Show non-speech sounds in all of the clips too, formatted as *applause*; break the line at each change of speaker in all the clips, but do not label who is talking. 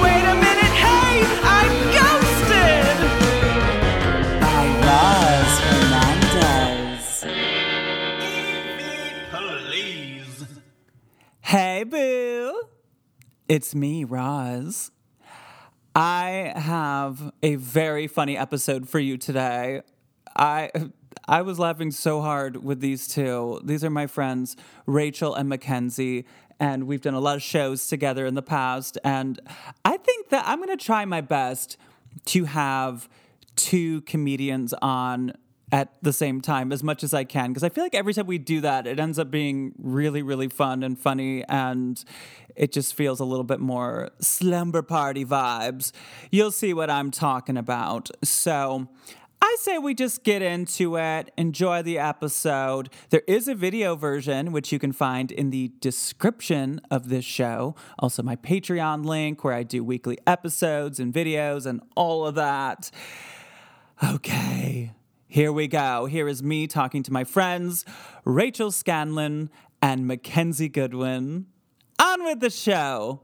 Wait a minute, hey, I'm ghosted.
by Roz Hernandez.
Please.
Hey, boo. It's me, Roz. I have a very funny episode for you today. I I was laughing so hard with these two. These are my friends, Rachel and Mackenzie, and we've done a lot of shows together in the past. And I think that I'm gonna try my best to have two comedians on at the same time as much as I can because I feel like every time we do that, it ends up being really, really fun and funny, and it just feels a little bit more slumber party vibes. You'll see what I'm talking about. So. I say we just get into it, enjoy the episode. There is a video version, which you can find in the description of this show. Also, my Patreon link, where I do weekly episodes and videos and all of that. Okay, here we go. Here is me talking to my friends, Rachel Scanlon and Mackenzie Goodwin. On with the show.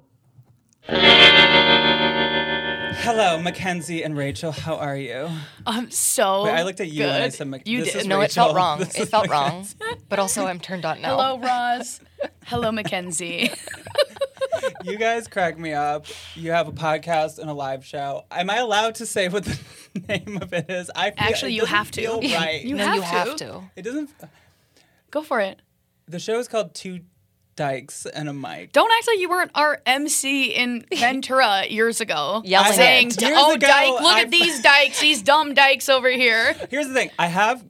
Hello, Mackenzie and Rachel. How are you?
I'm so.
I looked at you
good.
and I said, Mac-
you
this
did.
is
no, it
Rachel.
felt wrong.
This
It
is
felt
Mac-
wrong. *laughs* But also, I'm turned on now.
Hello, Roz.
*laughs*
Hello, Mackenzie.
You guys crack me up. You have a podcast and a live show. Am I allowed to say what the *laughs* name of it is? I feel,
Actually,
it
you
doesn't
have to.
feel right.
*laughs* You
No,
have
you
to.
have to.
it doesn't.
Go for it.
The show is called Two Dykes and a Mic.
Don't act like you weren't our MC
*laughs*
in Ventura years ago.
Yelling
saying,
it.
to-
Years
"Oh,
ago,
Dyke! Look
I-
at these dykes, these dumb dykes over
*laughs*
here."
Here's the thing. I have.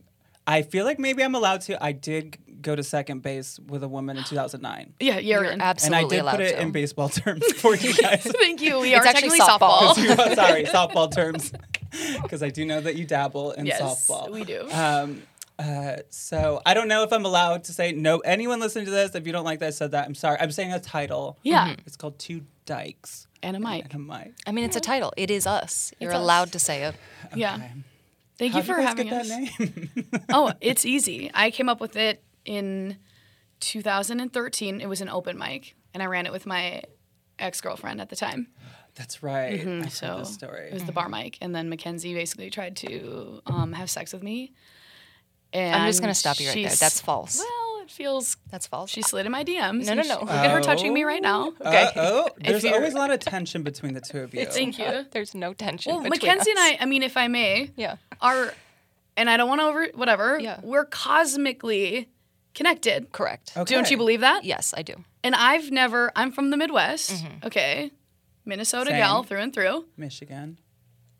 I feel like maybe I'm allowed to. I did go to second base with a
*gasps*
woman in 2009,
Yeah, you're,
You're
in.
and I
absolutely
did
allowed
put it
to.
in baseball terms *laughs* for you guys.
*laughs* Thank you. We
It's
are technically
actually
softball.
*laughs* softball.
*laughs*
Oh, Sorry, softball terms, *laughs* because I do know that you dabble in
yes,
softball.
we do.
Um, uh, so I don't know if I'm allowed to say no. Anyone listening to this, if you don't like that, I said that. I'm sorry. I'm saying a title.
Yeah. Mhm.
it's called Two Dykes
and a mic.
and a Mic.
I mean, it's a title. It is us. You're
us.
allowed to say it.
Yeah. Thank you
How'd
for
guys
having
get
us.
that name? *laughs*
oh, it's easy. I came up with it in 2013. It was an open mic, and I ran it with my ex girlfriend at the time.
That's right. I heard
Mm-hmm, So
this story.
it was the bar
Mm-hmm.
mic, and then Mackenzie basically tried to um, have sex with me. And
I'm just gonna stop you right
she
there.
s-
That's false.
Well, it feels
That's false. *laughs*
she slid in my DMs.
No,
and
no,
she-
no.
Look at her touching me right now.
*laughs* Okay.
Oh, there's
you're-
always a lot of tension between the
*laughs*
two of you.
Thank you.
*laughs* There's no tension.
Well,
between
Mackenzie and
us.
I, I mean, if I may,
Yeah.
are, and I don't want to over whatever.
Yeah.
we're cosmically connected.
Correct.
Don't
Okay.
you believe that?
Yes, I do.
And I've never. I'm from the Midwest. Okay, Minnesota
Same.
gal through and through.
Michigan.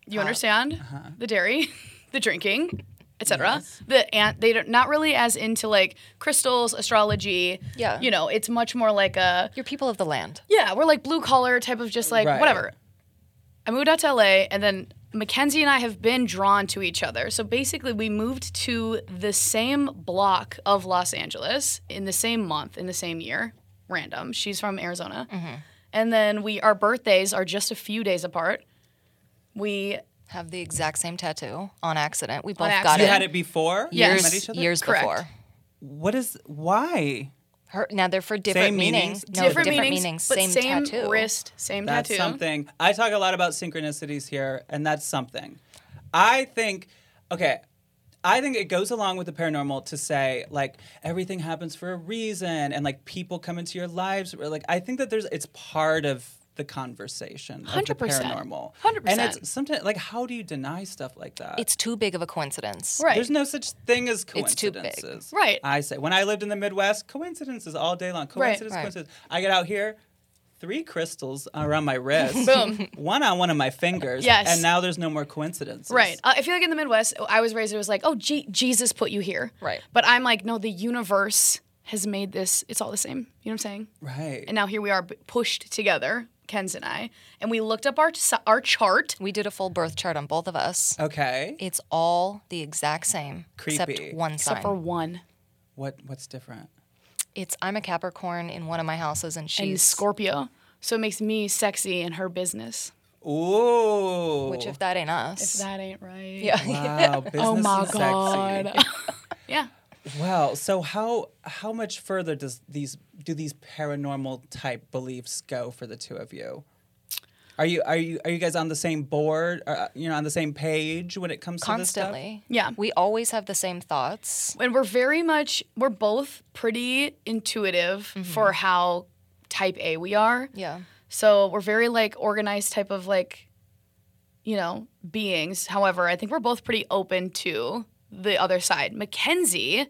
You understand the dairy, *laughs* the drinking, etc. The ant they're not really as into like crystals, astrology.
Yeah.
you know, it's much more like a
You're people of the land.
yeah, we're like blue collar type of just like
Right.
whatever. I moved out to LA, and then Mackenzie and I have been drawn to each other. So basically, we moved to the same block of Los Angeles in the same month, in the same year, random. She's from Arizona. And then we, our birthdays are just a few days apart. We
Have the exact same tattoo on accident. We both got
accident.
You
it
had it before. You
Yes.
met each
years,
other?
years
Correct.
before.
What is why?
Her, now they're for different
Same
meanings.
meanings?
No, different, meanings.
but
Same, tattoo.
wrist, same
That's
tattoo.
something. I talk a lot about synchronicities here, and that's something. I think, okay, I think it goes along with the paranormal to say like everything happens for a reason, and like people come into your lives. Or, like I think that there's it's part of the conversation of the
100%.
paranormal.
100%.
And it's sometimes like how do you deny stuff like that?
It's too big of a coincidence.
Right.
There's no such thing as
It's too
coincidences.
big.
Right.
I say when I lived in the Midwest, coincidences all day long. Coincidence,
Right.
coincidence. I get out here, three crystals around my wrist.
Boom.
One on one of my fingers.
Yes.
And now there's no more coincidences.
Right. Uh, I feel like in the Midwest, I was raised, it was like, oh, Je- Jesus put you here.
Right.
But I'm like, no, the universe has made this, it's all the same. You know what I'm saying?
Right.
And now here we are b- pushed together, Ken's and I, and we looked up our, t- our chart.
We did a full birth chart on both of us.
okay.
It's all the exact same,
Creepy.
except one sign.
Except for one.
What what's different?
It's I'm a Capricorn in one of my houses, and
and
she's
Scorpio. So it makes me sexy and her business.
Ooh.
Which, if that ain't us,
That ain't right.
yeah,
wow, business
Oh my
is sexy.
god. *laughs* yeah.
Wow. So how how much further does these do these paranormal type beliefs go for the two of you? Are you are you are you guys on the same board? Are, uh, you know, on the same page when it comes to
constantly.
Yeah.
we always have the same thoughts.
And we're very much we're both pretty intuitive
Mm-hmm.
for how type A we are.
Yeah,
So we're very like organized type of like, you know, beings. However, I think we're both pretty open to the other side. Mackenzie,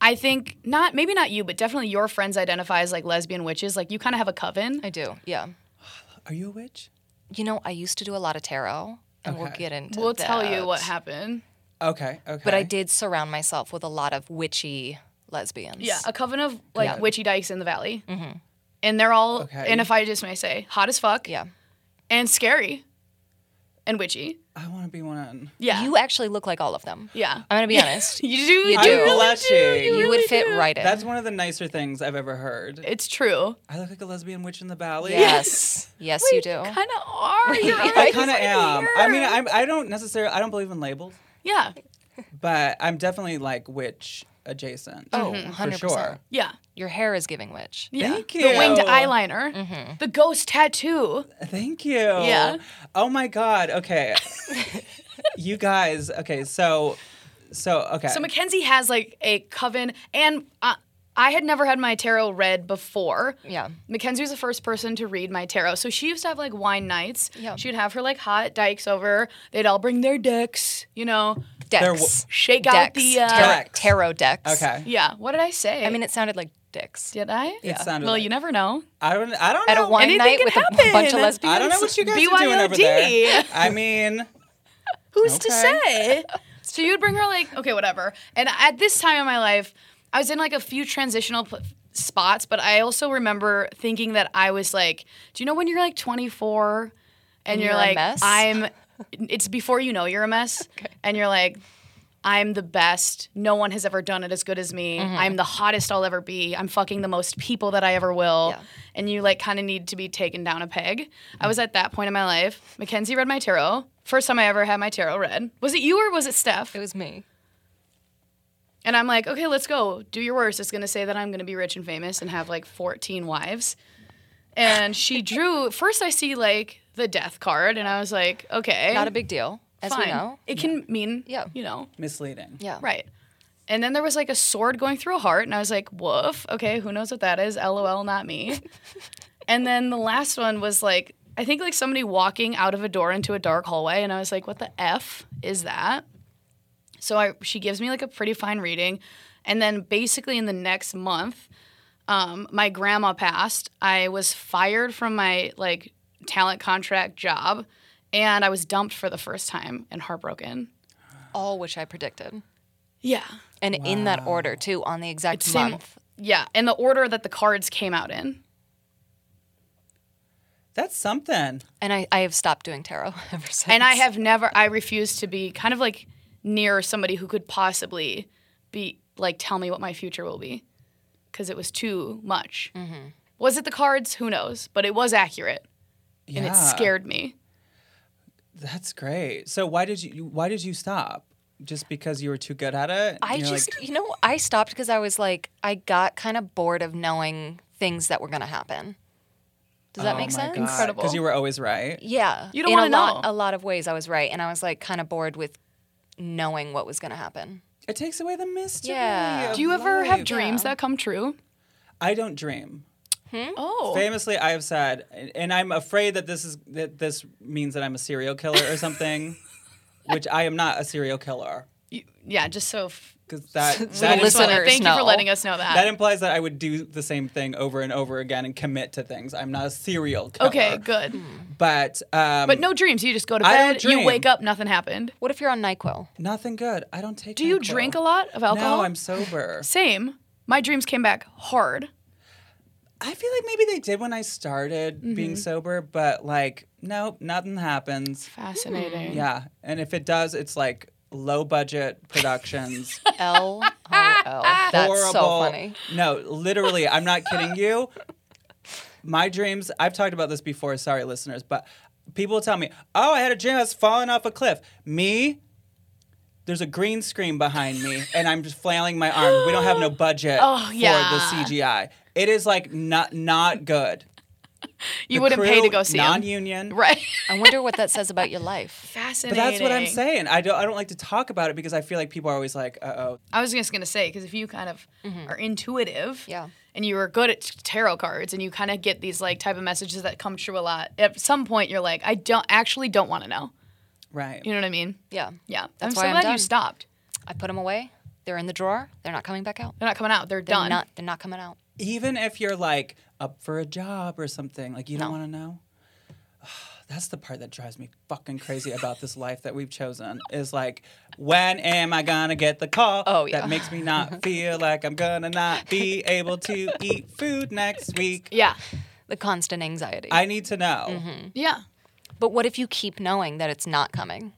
I think not maybe not you, but definitely your friends identify as like lesbian witches. Like you kind of have a coven.
I do. Yeah,
this stuff? Are you a witch?
you know, I used to do a lot of tarot, and we'll
Okay.
get into.
We'll tell you
that.
what happened.
Okay. Okay.
But I did surround myself with a lot of witchy lesbians.
Yeah, a coven of like witchy dykes in the valley,
Mm-hmm.
and they're all
Okay.
and if I just may say, hot as fuck,
yeah.
and scary, and witchy.
I want to be one.
Yeah,
You actually look like all of them.
yeah.
I'm gonna be honest.
*laughs* You do.
*laughs* You
You
I'm
do.
do.
blushing.
You would fit right in.
That's one of the nicer things I've ever heard.
It's true.
I look like a lesbian witch in the valley.
*laughs*
yes, yes, you do.
Kind of are.
*laughs*
You're
*laughs* I
right.
kind of am. I mean, I'm, I don't necessarily. I don't believe in labels,
Yeah.
but I'm definitely like witch adjacent.
Oh,
for
100%.
sure.
Yeah.
Your hair is giving witch.
Yeah.
Thank
The winged
you.
eyeliner.
Mm-hmm.
The ghost tattoo.
Thank you.
Yeah.
Oh my God. Okay. you guys. Okay. So, so okay.
So Mackenzie has like a coven, and uh, I had never had my tarot read before.
Yeah.
Mackenzie was the first person to read my tarot. So she used to have like wine nights.
Yeah.
She would have her like hot dykes over. They'd all bring their decks, you know,
There
Dex.
shake out
Dex.
the. Uh,
Tarot-
Dex.
Tarot decks.
okay.
Yeah. What did I say?
I mean, it sounded like dicks.
did I?
It sounded
Well,
like-
you never know.
I don't. I don't know.
At a wine
Anything
night
can
with a
happen.
bunch of lesbians.
I don't know what you guys are doing over there.
BYOD.
I mean,
Who's to
Okay.
say? *laughs* So you'd bring her like, okay, whatever. And at this time in my life, I was in like a few transitional p- spots, but I also remember thinking that I was like, do you know when you're like 24 and, you're,
you're a
like,
mess?
*laughs* I'm, it's before you know you're a mess, and you're like. I'm the best. No one has ever done it as good as me.
Mm-hmm.
I'm the hottest I'll ever be. I'm fucking the most people that I ever will.
Yeah.
And you like kind of need to be taken down a peg. I was at that point in my life. Mackenzie read my tarot. First time I ever had my tarot read. Was it you or was it Steph?
It was me.
And I'm like, okay, let's go. Do your worst. It's going to say that I'm going to be rich and famous and have like 14 wives. And
*laughs*
she drew, first I see like the death card, and I was like, okay.
Not a big deal, as
fine.
we know.
It can mean,
Yeah.
you know,
misleading.
Yeah.
Right. And then there was like a sword going through a heart, and I was like, woof, okay, who knows what that is? LOL, not me. and then the last one was like, I think like somebody walking out of a door into a dark hallway, and I was like, what the F is that? So I she gives me like a pretty fine reading. And then basically in the next month, um, my grandma passed. I was fired from my like talent contract job and I was dumped for the first time and heartbroken.
All which I predicted.
Yeah.
And in that order, too, on the exact
Same-
month.
yeah, in the order that the cards came out in.
That's something.
And I, I have stopped doing tarot *laughs* ever since.
And I have never, I refuse to be kind of like near somebody who could possibly be like tell me what my future will be because it was too much. Was it the cards? Who knows? But it was accurate and
Yeah.
it scared me.
That's great. So why did you? Why did you stop? Just because you were too good at it?
I
You're like,
just, you know, I stopped because I was like, I got kind of bored of knowing things that were going to happen. Does that
oh
make
my
sense?
God,
Incredible.
you were always right.
Yeah.
You don't
In
wanna
a lot-
know.
A lot of ways I was right. And I was like kind of bored with knowing what was going to happen.
It takes away the mystery.
Yeah.
of
Do you ever have
life.
dreams that come true?
I don't dream.
Oh,
Famously, I have said, and- and I'm afraid that this is that this means that I'm a serial killer or
*laughs*
something, which I am not a serial killer
You- yeah, just so. F-
because that
the
that,
just wanna-
listeners
Thank you for
know.
letting us know that.
that implies that I would do the same thing over and over again and commit to things. I'm not a serial killer.
okay, good.
but um,
But no dreams. You just go to
I don't
bed, you
dream.
wake up, nothing happened.
What if you're on NyQuil?
nothing good. I don't take.
Do you drink a lot of alcohol?
No, I'm sober.
Same. My dreams came back hard.
I feel like maybe they did when I started
Mm-hmm.
being sober, but like, nope, nothing happens.
Fascinating.
Yeah, and if it does, it's like low budget productions.
L O
*laughs*
L. That's
horrible.
so funny.
No, literally, I'm not kidding you. My dreams, I've talked about this before, sorry listeners, but people tell me, "Oh, I had a dream I was falling off a cliff." Me there's a green screen behind me and I'm just flailing my arms. We don't have no
*gasps*
budget for
Oh, yeah.
the CGI. It is like not not good.
You wouldn't pay to go see
non
him.
union
*laughs* Right.
I wonder what that says about your life.
Fascinating.
But that's what I'm saying. I don't I don't like to talk about it because I feel like people are always like, uh oh.
I was just gonna say because if you kind of are intuitive,
Mm-hmm. Yeah.
and you are good at tarot cards, and you kind of get these like type of messages that come true a lot. At some point, you're like, I don't actually don't want to know.
Right.
You know what I mean?
Yeah.
Yeah.
That's
I'm
why
so
I'm
glad you
done.
stopped.
I put them away. They're in the drawer. They're not coming back out.
They're not coming out. They're,
They're
done.
not. They're not coming out.
even if you're like up for a job or something, like you don't
No.
want to know. *sighs* That's the part that drives me fucking crazy about
*laughs*
this life that we've chosen is like, when am I gonna get the call
Oh, yeah.
that makes me
*laughs*
not feel like I'm gonna not be able to eat food next week?
Yeah.
The constant anxiety.
I need to know.
Mm-hmm.
Yeah.
but what if you keep knowing that it's not
*gasps*
coming?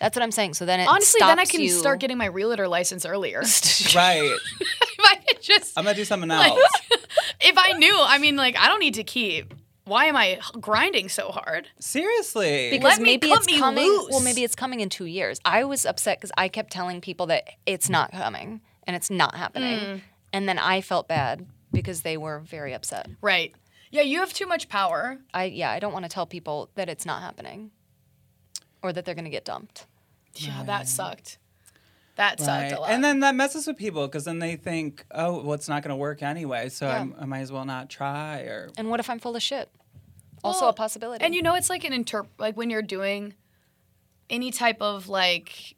That's what I'm saying. So then it
Honestly, then I
stops
can
you-
start getting my realtor license
*laughs*
earlier. *laughs* if
Right.
I could just,
I'm gonna do something else.
*laughs*
if I knew, I mean, like, I don't need to keep. Why am I h- grinding so hard?
Seriously.
because
Let me
maybe
cut
it's
me
coming. Well,
loose.
maybe it's coming in two years. I was upset because I kept telling people that it's not coming and it's not happening,
Mm.
and then I felt bad because they were very upset.
Right. Yeah, you have too much power.
I yeah, I don't want to tell people that it's not happening, or that they're gonna get dumped.
Yeah, that sucked. That sucked a
Right.
lot.
And then that messes with people because then they think, oh, well, it's not going to work anyway, so
Yeah.
I'm- I might as well not try. Or
And what if I'm full of shit? Also
Well,
a possibility.
And you know, it's like an interp, like when you're doing any type of like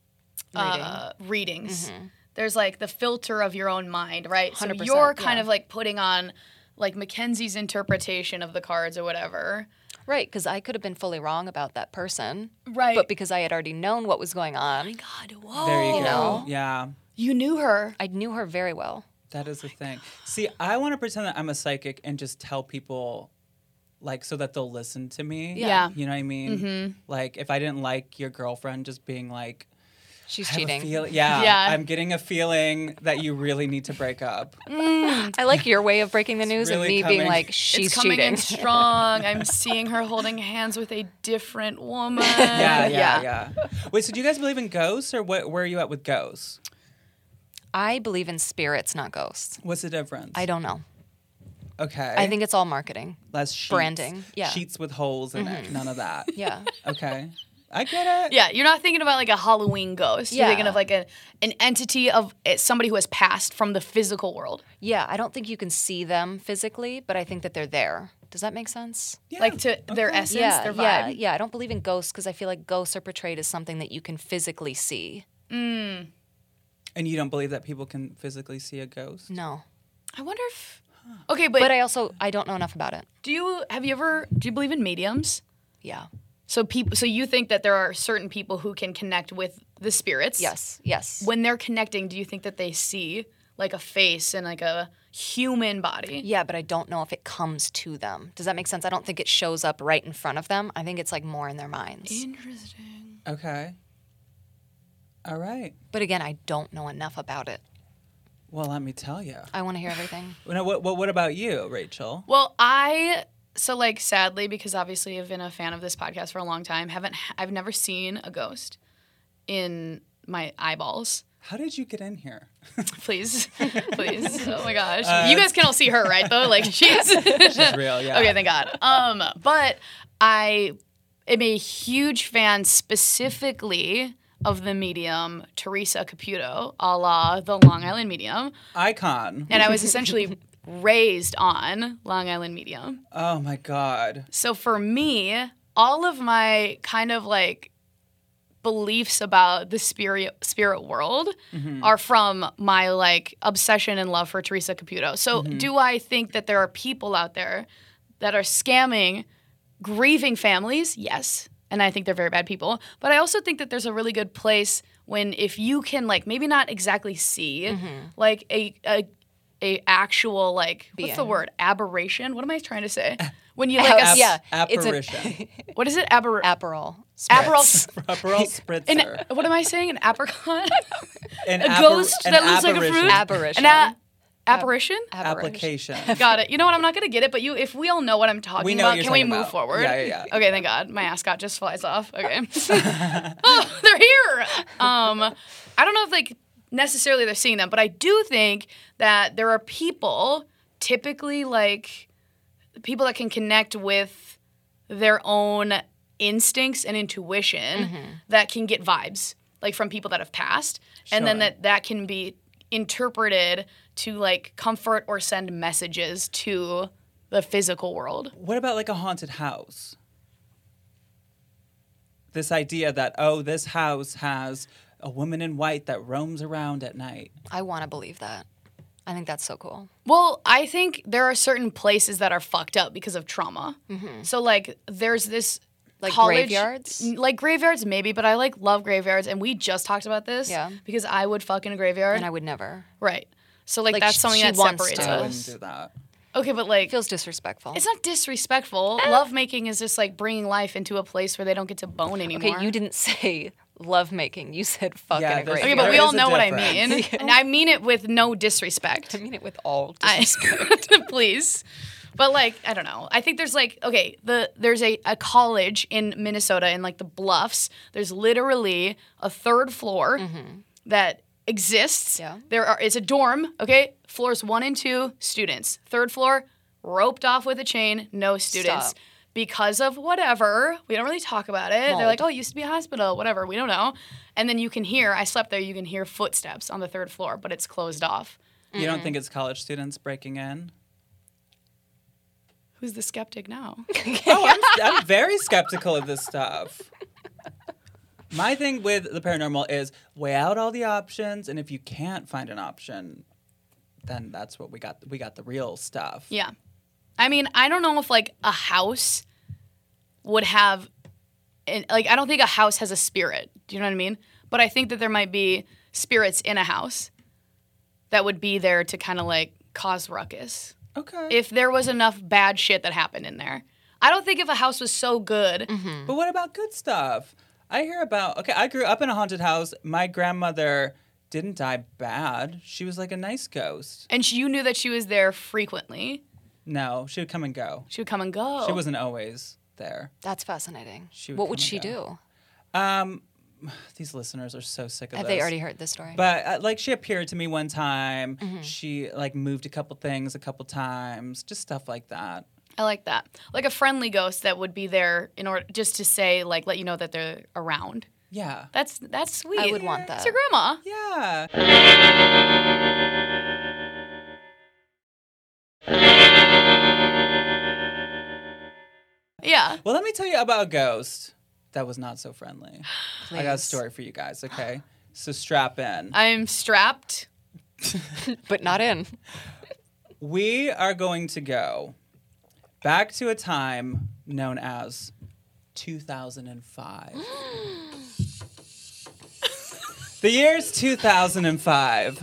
uh, readings, there's like the filter of your own mind, right? So
100%,
you're kind
yeah.
of like putting on like Mackenzie's interpretation of the cards or whatever.
Right, because I could have been fully wrong about that person.
Right. Oh
But because I had already known what was going on,
God, whoa.
there you
You
go.
know.
Yeah.
You knew her.
I knew her very well.
That is the thing. See, I want to pretend that I'm a psychic and just tell people, like, so that they'll listen to me.
Yeah.
You know what I mean?
Mm-hmm.
Like, if I didn't like your girlfriend, just being like,
She's
I have a
cheating.
feel-
*laughs*
yeah,
Yeah.
I'm getting a feeling that you really need to break up.
I like your way of breaking the news
really
and me
coming-
being like, she's
it's coming
cheating.
in strong. I'm seeing her holding hands with a different woman.
Yeah, yeah, yeah, Wait, so do you guys believe in ghosts or what, where are you at with ghosts?
*laughs* I believe in spirits, not ghosts.
What's the difference?
I don't know.
Okay.
I think it's all marketing.
less sheets,
branding, yeah.
Sheets with holes in it. None of that.
Yeah.
Okay. I get it.
Yeah, you're not thinking about like a Halloween ghost. You're
Yeah.
thinking of like a, an entity of eh, somebody who has passed from the physical world.
*laughs* yeah, I don't think you can see them physically, but I think that they're there. Does that make sense?
Like to their essence,
yeah,
their vibe.
yeah, yeah. I don't believe in ghosts because I feel like ghosts are portrayed as something that you can physically see.
And you don't believe that people can physically see a ghost?
No.
I wonder if Okay, but,
But I also I don't know enough about it.
do you have you ever do you believe in mediums?
Yeah.
So people so you think that there are certain people who can connect with the spirits?
Yes. Yes.
When they're connecting, do you think that they see like a face and like a human body?
Yeah, but I don't know if it comes to them. Does that make sense? I don't think it shows up right in front of them. I think it's like more in their minds.
Interesting.
Okay. All right.
But again, I don't know enough about it.
Well, let me tell you.
I want to hear everything.
No, what, what, what about you, Rachel?
Well, I so like sadly because obviously I've been a fan of this podcast for a long time. Haven't I've never seen a ghost in my eyeballs.
How did you get in here?
Please, please. Oh my gosh, you guys can all see her, right? Though, like she's
It's
*laughs*
real, yeah.
*laughs* okay. Thank God. Um, but I am a huge fan specifically of the medium Teresa Caputo, a la the Long Island Medium,
Icon.
and I was essentially raised on Long Island Medium.
Oh my God.
So for me, all of my kind of like beliefs about the spirit spirit world are from my like obsession and love for Teresa Caputo. So do I think that there are people out there that are scamming grieving families? Yes. And I think they're very bad people, but I also think that there's a really good place when if you can like maybe not exactly see like a, a a actual like what's the
Being.
word
Oh,
aberration? What am I trying to say? When you like a,
yeah.
Ap-
it's
*laughs*
an-
apparition.
what is it? Aber-
Aperol. Spritz.
Aperol.
Aperol spritzer.
An, what am I saying? An apricot?
*laughs* An,
a
appar-
ghost
an
that looks like a
apparition.
fruit? *laughs*
Apparition.
An a- apparition?
application.
Got it. You know what? I'm not gonna get it, but you, if we all know what I'm talking
We know what you're
about, can we
talking
move
about.
forward?
Yeah, yeah, yeah.
Okay, thank God. My ascot just flies off.
*laughs*
Okay, *laughs* oh, they're here. Um, I don't know if like necessarily they're seeing them, but I do think that there are people, typically like people that can connect with their own instincts and intuition
Mm-hmm.
that can get vibes like from people that have passed and then
Sure.
that that can be interpreted to like comfort or send messages to the physical world
What about like a haunted house? This idea that oh, this house has a woman in white that roams around at night.
I want to believe that. I think that's so cool.
Well, I think there are certain places that are fucked up because of trauma. So like there's this
Mm-hmm. Like
college,
graveyards?
n- like graveyards maybe, but I like love graveyards and we just talked about this
Yeah.
because I would fuck in a graveyard.
And I would never.
right. So like,
Like,
that's
sh-
something
she
that
wants
separates
to.
I
us.
wouldn't do that.
Okay, but like
It feels Eh. disrespectful.
it's not disrespectful. Lovemaking is just like bringing life into a place where they don't get to bone anymore.
okay, you didn't *laughs* say lovemaking. You said fucking
Yeah,
yeah,
there's-
Okay,
There
but *laughs* we all
is a
know what I
difference.
mean.
*laughs*
And I mean it with no disrespect.
I mean it with all
I- *laughs*
disrespect.
please. But like, I don't know. I think there's like, okay, the there's a, a college in Minnesota in like the bluffs. There's literally a third floor that exists.
Mm-hmm. Yeah.
There are it's a dorm, okay? Floors one and two, students. Third floor, roped off with a chain, no students.
Stop.
Because of whatever, we don't really talk about it. They're
Mold.
like, oh, it used to be a hospital, whatever, we don't know. And then you can hear, I slept there, you can hear footsteps on the third floor, but it's closed off.
You don't think it's college students breaking in?
Who's the skeptic now? *laughs*
Oh,
*laughs*
I'm, I'm very skeptical of this stuff. My thing with the paranormal is weigh out all the options, and if you can't find an option, then that's what we got. We got the real stuff.
Yeah. I mean, I don't know if like a house would have and like I don't think a house has a spirit. Do you know what I mean? But I think that there might be spirits in a house that would be there to kind of like cause ruckus
Okay.
if there was enough bad shit that happened in there. I don't think if a house was so good,
But what about good stuff? I hear about okay, I grew up in a haunted house. My grandmother didn't die bad. She was like a nice ghost.
and she, you knew that she was there frequently,
No, she would come and go.
she would come and go.
Oh.
She wasn't always there.
That's fascinating.
She would
what would
come
she
and go.
do?
These listeners are so sick of
Have
this.
they already heard this story?
But uh, like she appeared to me one time. She like moved a couple things a couple times, just stuff like that.
I like that. Like a friendly ghost that would be there in order just to say like let you know that they're around.
Yeah.
That's that's sweet.
I would want
It's
that.
your grandma.
Yeah.
Yeah.
Well, let me tell you about a ghost that was not so friendly. I got a
Please.
story for you guys, okay? So strap in.
I'm strapped.
but not in.
*laughs* We are going to go back to a time known as 2005. the year's 2005.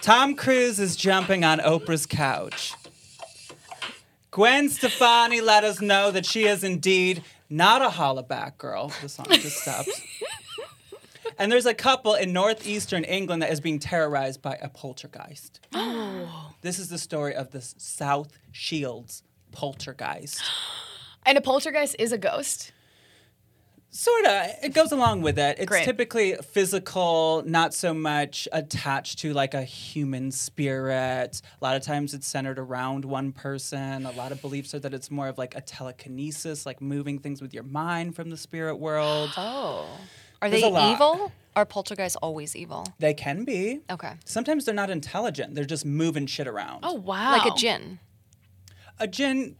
Tom Cruise is jumping on Oprah's couch. Gwen Stefani let us know that she is indeed not a hollaback girl. The song just stopped. and there's a couple in northeastern England that is being terrorized by a poltergeist. This is the story of the S- South Shields poltergeist. *gasps*
And a poltergeist is a ghost.
Sort of. It goes along with it. It's
Great.
typically physical, not so much attached to like a human spirit. A lot of times it's centered around one person. A lot of beliefs are that it's more of like a telekinesis, like moving things with your mind from the spirit world.
*gasps*
Oh. Are
There's
they
a lot.
evil? Are poltergeists always evil?
They can be.
Okay.
Sometimes they're not intelligent. They're just moving shit around.
Oh wow.
Like a gin.
a gin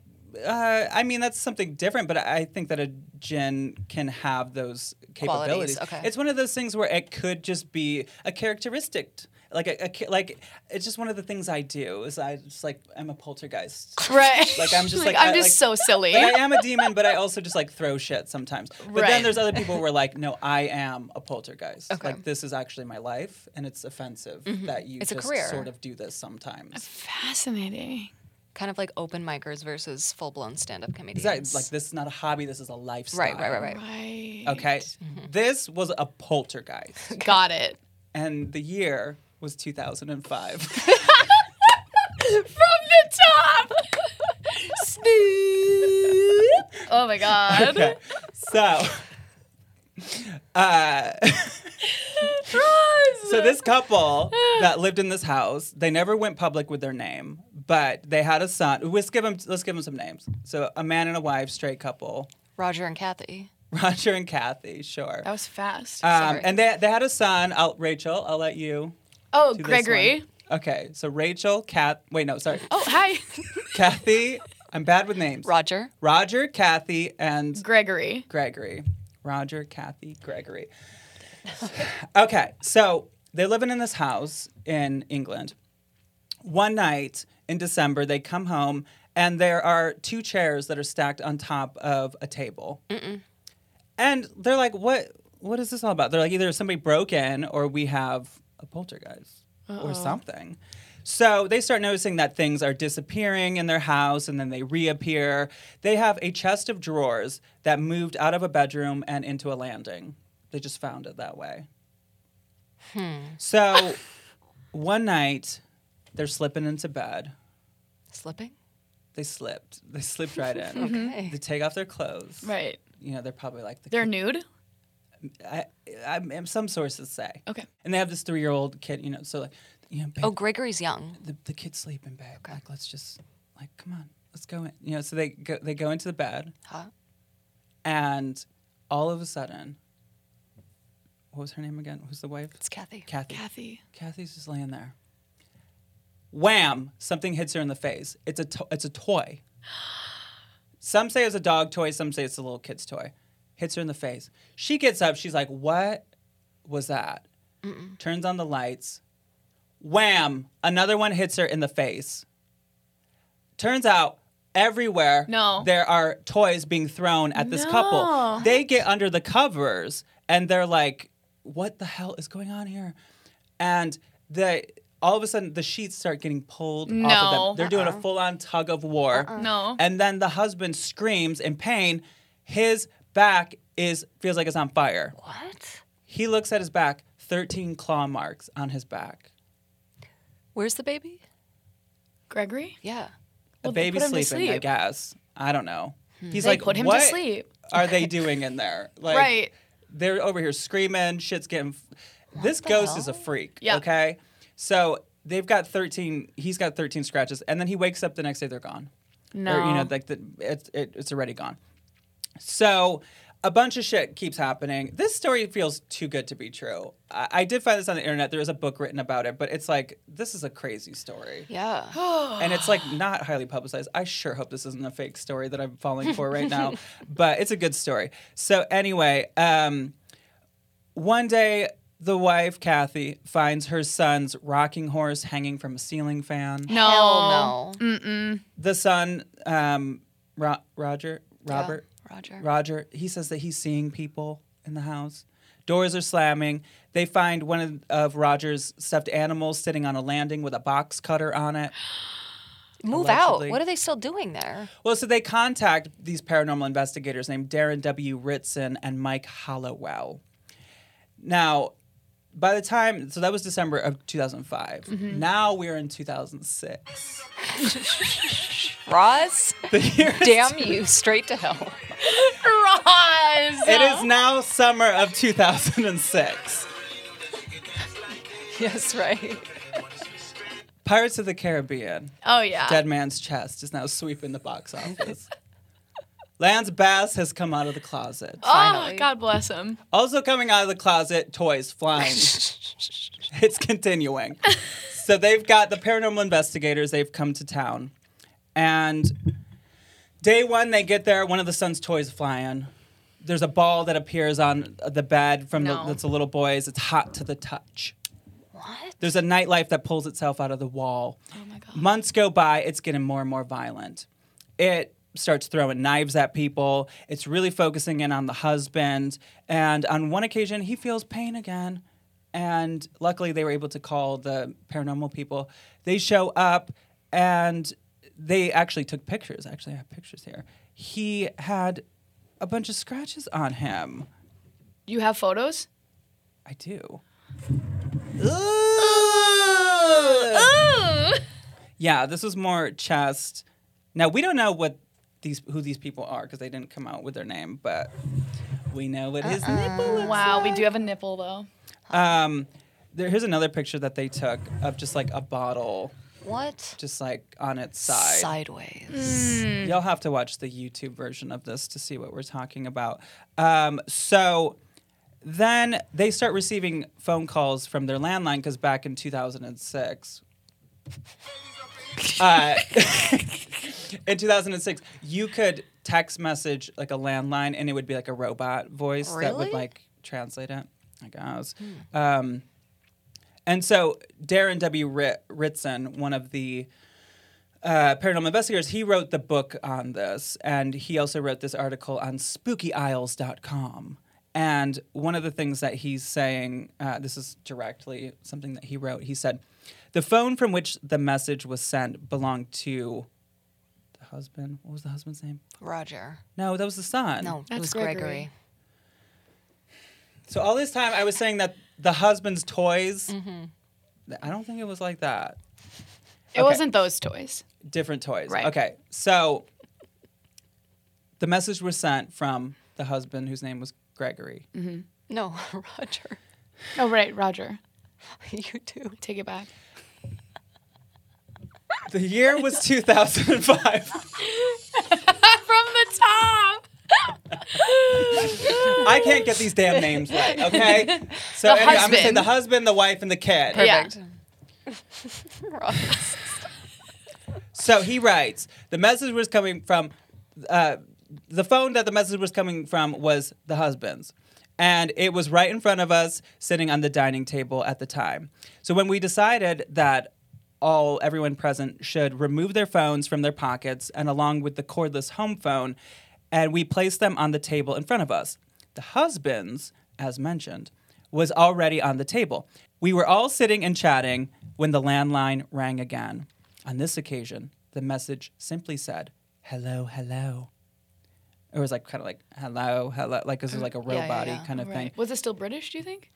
uh, i mean that's something different but i think that a gin can have those capabilities
Qualities, okay.
it's one of those things where it could just be a characteristic like a, a ca- like it's just one of the things i do is i just like i'm a poltergeist
*laughs* Right.
Like, I'm just like- I-
I'm just
like-
so silly.
*laughs*
like, I am a demon, but I also just like throw shit sometimes. But then
Right.
there's other
*laughs*
people who are like, no, I am a poltergeist.
Okay. Mm-hmm.
Like this is actually my life, and it's offensive that you
It's a
just
career.
sort of do this sometimes.
Fascinating.
kind of like open micers versus full blown stand up comedians.
Is that, like this is not a hobby. This is a lifestyle.
right, right, right, right.
Right. Mm-hmm.
Okay. This was a poltergeist,
Got it.
and the year was 2005.
*laughs* From the top. *laughs* oh my god.
Okay. So, uh, so this couple that lived in this house, they never went public with their name, but they had a son. Let's give them. Let's give them some names. So, a man and a wife, straight couple, *laughs*
Roger and Kathy.
Roger and Kathy. Sure.
That was fast.
Um, and they they had a son. I'll, Rachel, I'll let you.
oh,
do this
Gregory.
one. Okay, so Rachel, Cat. Wait, no, sorry,
Oh, hi. *laughs*
Kathy. I'm bad with names.
Roger.
Roger, Kathy, and
Gregory.
Gregory. Roger, Kathy, Gregory. okay, so they're living in this house in England. One night in December, they come home and there are two chairs that are stacked on top of a table. And they're like, what? What is this all about? They're like, either somebody broke in or we have a poltergeist or something. So they start noticing that things are disappearing in their house and then they reappear. They have a chest of drawers that moved out of a bedroom and into a landing. They just found it that way.
Hmm. *laughs*
So one night, they're slipping into bed.
Slipping?
They slipped. They slipped right
*laughs*
in.
Okay.
They take off their clothes.
Right.
You know, they're probably like the
They're nude.
I, I, I, some sources say.
Okay.
And they have this three-year-old kid, you know, so like, you know, babe,
Oh, Gregory's young.
the, the kid's sleeping, babe. Like, let's just, like, come on, let's go in. You know, so they go, they go into the bed,
Huh?
and all of a sudden, what was her name again? Who's the wife?
It's Kathy.
Kathy.
Kathy.
Kathy's just laying there. Wham! Something hits her in the face. It's a to- it's a toy. *gasps* Some say it's a dog toy. Some say it's a little kid's toy. Hits her in the face. She gets up. She's like, "What was that?" Turns on the lights. Wham! Another one hits her in the face. Turns out everywhere
No.
there are toys being thrown at this couple.
No.
They get under the covers and they're like, "What the hell is going on here?" And the all of a sudden the sheets start getting pulled off
No.
of them. They're doing a full-on tug of war.
No.
And then the husband screams in pain. His back is feels like it's on fire.
What?
He looks at his back, 13 claw marks on his back.
Where's the baby?
Gregory?
Yeah.
The
Well, they
baby's
put him
sleeping,
to
I
sleep.
guess. I don't know. He's
They
like,
put him
what
to sleep.
are
*laughs*
they doing in there? Like,
Right.
They're over here screaming. Shit's getting. F- this ghost is a freak.
Yeah.
Okay. So they've got thirteen. He's got thirteen scratches, and then he wakes up the next day. They're gone.
No.
Or, you know, like the, it, it, it's already gone. So a bunch of shit keeps happening. This story feels too good to be true. I, I did find this on the internet. There is a book written about it, but it's like this is a crazy story
Yeah.
and it's like not highly publicized. I sure hope this isn't a fake story that I'm falling for right
*laughs*
now, but it's a good story. So anyway, um, one day the wife Kathy finds her son's rocking horse hanging from a ceiling fan.
no.
Hell no.
The son, um, Ro- Roger,
Yeah.
Robert,
Roger.
Roger, he says that he's seeing people in the house. Doors are slamming. They find one of, of Roger's stuffed animals sitting on a landing with a box cutter on it.
Move
Allegedly.
out. What are they still doing there?
Well, so they contact these paranormal investigators named Darren W. Ritson and Mike Hollowell. Now, by the time, so that was December of 2005. Now we're in 2006.
Roz?
*laughs*
*laughs*
The year-
Damn you. Straight to hell.
*laughs*
Roz.
It is now summer of 2006.
yes, right.
Pirates of the Caribbean,
Oh yeah.
Dead Man's Chest, is now sweeping the box office. *laughs* Lance Bass has come out of the closet.
Oh,
Finally.
God bless him.
Also coming out of the closet, toys flying. it's continuing. so they've got the paranormal investigators, they've come to town. And day one, they get there, one of the son's toys flying. There's a ball that appears on the bed from
No.
the, that's a little boy's. It's hot to the touch.
What?
There's a nightlife that pulls itself out of the wall. Months go by, it's getting more and more violent. It starts throwing knives at people. It's really focusing in on the husband. And on one occasion, he feels pain again. And luckily, they were able to call the paranormal people. They show up and they actually took pictures. Actually, I have pictures here. He had a bunch of scratches on him.
You have photos?
I do.
Ooh.
Yeah, this was more chest. Now we don't know what these who these people are because they didn't come out with their name, but we know what his nipple looks
Wow, we do have a nipple though.
Um, there, here's another picture that they took of just like a bottle,
What?
just like on its side.
Sideways.
You'll have to watch the YouTube version of this to see what we're talking about. Um, so then they start receiving phone calls from their landline because back in 2006, uh, *laughs* in 2006, you could text message like a landline and it would be like a robot voice that would
Really?
like translate it, I guess. Um, and so Darren W. Rit- Ritson, one of the uh, paranormal investigators, he wrote the book on this, and he also wrote this article on SpookyIsles.com. And one of the things that he's saying, uh, this is directly something that he wrote. He said, "The phone from which the message was sent belonged to the husband. What was the husband's name?
Roger.
No, that was the son.
No, it
That's
was Gregory.
Gregory.
So all this time I was saying that the husband's toys. I don't think it was like that.
It
Okay.
wasn't those toys.
different toys.
Right.
Okay. So the message was sent from the husband whose name was Gregory.
Mm-hmm.
No, *laughs* Roger.
Oh right, Roger.
You too.
Take it back. *laughs*
The year was
*laughs*
2005.
From the *laughs* top.
I can't get these damn names right,
*laughs*
okay? So anyway, I'm going to say
husband.
the husband, the wife, and the kid.
Perfect.
*laughs* Yeah. Roger.
So he writes the message was coming from uh, the phone that the message was coming from was the husband's. And it was right in front of us, sitting on the dining table at the time. So when we decided that all everyone present should remove their phones from their pockets and along with the cordless home phone, and we placed them on the table in front of us. The husband's, as mentioned, was already on the table. We were all sitting and chatting when the landline rang again. On this occasion, the message simply said, "Hello, hello." It was like kind of like "hello, hello," like this is like a
yeah,
robot
yeah.
kind of thing.
Was it still British, do you think?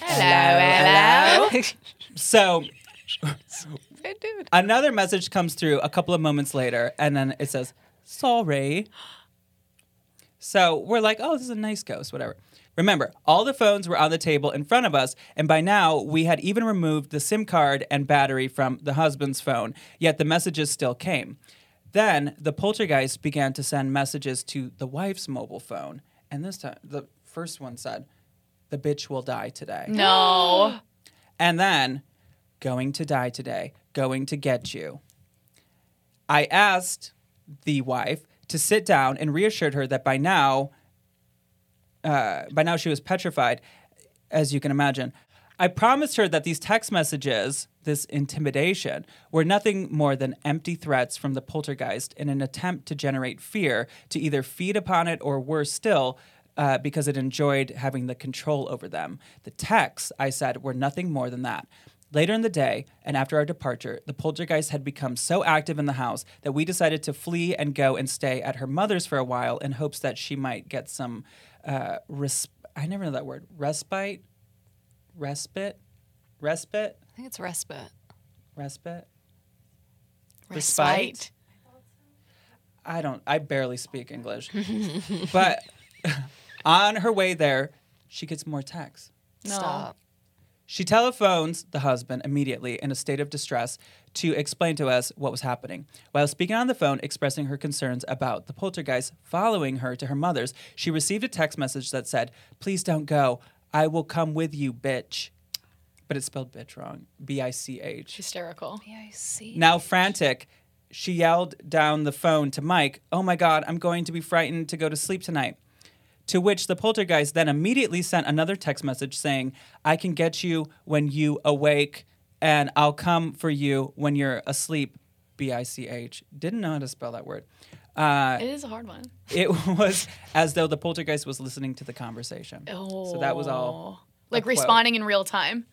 Hello.
So
Good dude.
another message comes through a couple of moments later, and then it says, "Sorry." So we're like, "Oh, this is a nice ghost, whatever." Remember, all the phones were on the table in front of us, and by now we had even removed the SIM card and battery from the husband's phone. Yet the messages still came. Then the poltergeist began to send messages to the wife's mobile phone, and this time the first one said, "The bitch will die today."
No.
And then, going to die today, going to get you. I asked the wife to sit down and reassured her that by now, uh, by now she was petrified, as you can imagine. I promised her that these text messages, this intimidation, were nothing more than empty threats from the poltergeist in an attempt to generate fear, to either feed upon it or worse still, uh, because it enjoyed having the control over them. The texts, I said, were nothing more than that. Later in the day, and after our departure, the poltergeist had become so active in the house that we decided to flee and go and stay at her mother's for a while in hopes that she might get some uh, res- I never know that word respite, respite, respite,
I think it's respite.
respite.
Respite.
I don't. I barely speak English, but *laughs* on her way there, she gets more texts.
No.
Stop.
She telephones the husband immediately in a state of distress to explain to us what was happening. While speaking on the phone, expressing her concerns about the poltergeist following her to her mother's, she received a text message that said, Please don't go. I will come with you, bitch. But it spelled bitch wrong B I C H.
*gasps* Hysterical.
Yeah, I see.
Now frantic, she yelled down the phone to Mike, Oh my God, I'm going to be frightened to go to sleep tonight. To which the poltergeist then immediately sent another text message saying, I can get you when you awake, and I'll come for you when you're asleep. B I C H. Didn't know how to spell that word. Uh,
It is a hard one.
it *laughs* was as though the poltergeist was listening to the conversation. So that was all.
Like
a quote.
responding in real time.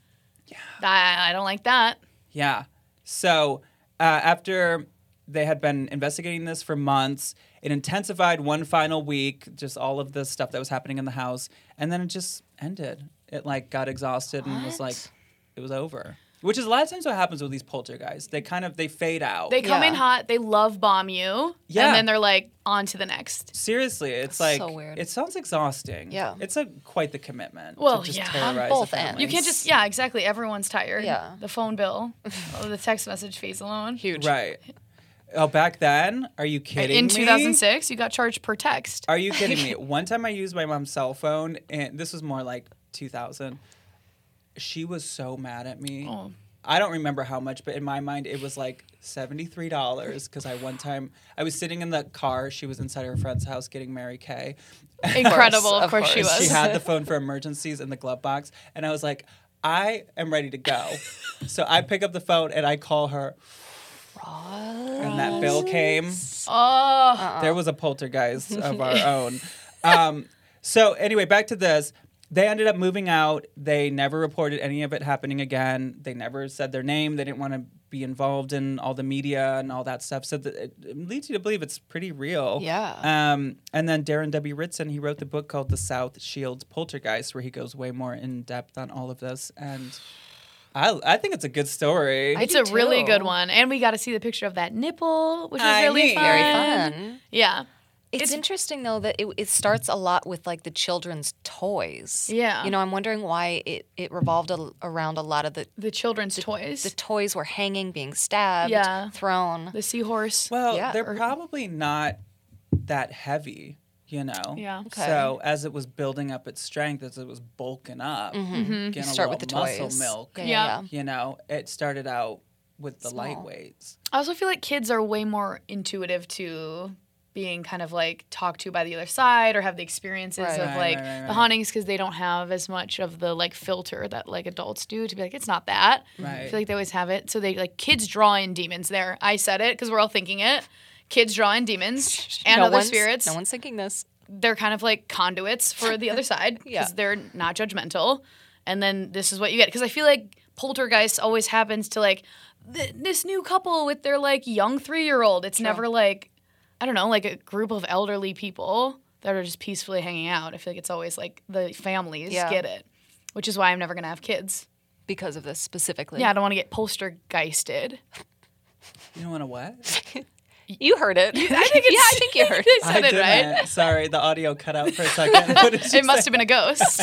Yeah. I, I don't like that.
Yeah. So uh, after they had been investigating this for months. It intensified one final week, just all of the stuff that was happening in the house, and then it just ended. It like got exhausted and was
What?
like, it was over. Which is a lot of times what happens with these poltergeists. They kind of they fade out.
They come in
Yeah.
hot, they love bomb you,
Yeah.
and then they're like, on to the next.
Seriously, it's like
That's so weird.
it sounds exhausting.
Yeah.
it's a quite the commitment.
Well,
to just
yeah. On
terrorize
both
a family.
ends.
You can't just, yeah, exactly. Everyone's tired.
Yeah.
The phone bill, *laughs* oh, the text message fees alone.
Huge.
right. Oh, back then, are you kidding
In
me?
2006, you got charged per text.
Are you kidding me? One time I used my mom's cell phone, and this was more like 2000. She was so mad at me.
Oh.
I don't remember how much, but in my mind, it was like $73 because I one time, I was sitting in the car. She was inside her friend's house getting Mary Kay.
Incredible. Of
of
course, she
course.
was.
She had the phone for emergencies in the glove box, and I was like, I am ready to go. so I pick up the phone and I call her, and that bill came
oh,
Uh,
there was a poltergeist of our own. Um, so anyway, back to this. They ended up moving out. They never reported any of it happening again. They never said their name. They didn't want to be involved in all the media and all that stuff. So th- it it leads you to believe it's pretty real.
Yeah.
Um, and then Darren W. Ritson, he wrote the book called The South Shields Poltergeist, where he goes way more in depth on all of this. And I, I think it's a good story.
I
it's
do
a really
too.
good one. And we got to see the picture of that nipple, which was
I
really
mean-
fun.
Very
Fun.
Yeah.
It's, interesting though that it, it starts a lot with like the children's toys.
Yeah.
You know, I'm wondering why it, it revolved a, around a lot of the
The children's toys.
the toys were hanging, being stabbed,
Yeah.
thrown.
the seahorse.
Well,
Yeah,
they're
or-
probably not that heavy, you know.
Yeah.
Okay.
So as it was building up its strength, as it was bulking up, getting a
Mm-hmm. Start
little
with the toys.
muscle milk.
Yeah.
Yeah.
yeah.
You know, it started out with the
Small.
lightweights.
I also feel like kids are way more intuitive to being kind of like talked to by the other side or have the experiences
Right.
of
Right,
like
right, right,
the
right.
hauntings because they don't have as much of the like filter that like adults do to be like it's not that. I
Right.
feel like they always have it. So they like kids draw in demons there. I said it because we're all thinking it. Kids draw in
*laughs*
demons and
no
other
one's-
spirits.
No one's thinking this.
they're kind of like conduits for the
*laughs*
other side because
Yeah.
they're not judgmental. And then this is what you get because I feel like poltergeist always happens to like th- this new couple with their like young three year old. It's never like I don't know like a group of elderly people that are just peacefully hanging out. I feel like it's always like the families
Yeah.
get it, which is why I'm never gonna have kids.
because of this specifically.
Yeah, I don't want to get
*laughs*
poltergeisted.
You know what? a What?
you heard it. *laughs* I think yeah, I think you heard
I
it.
said it
*laughs*
right.
Sorry, the audio cut out for a second. What did you
It must have been a ghost.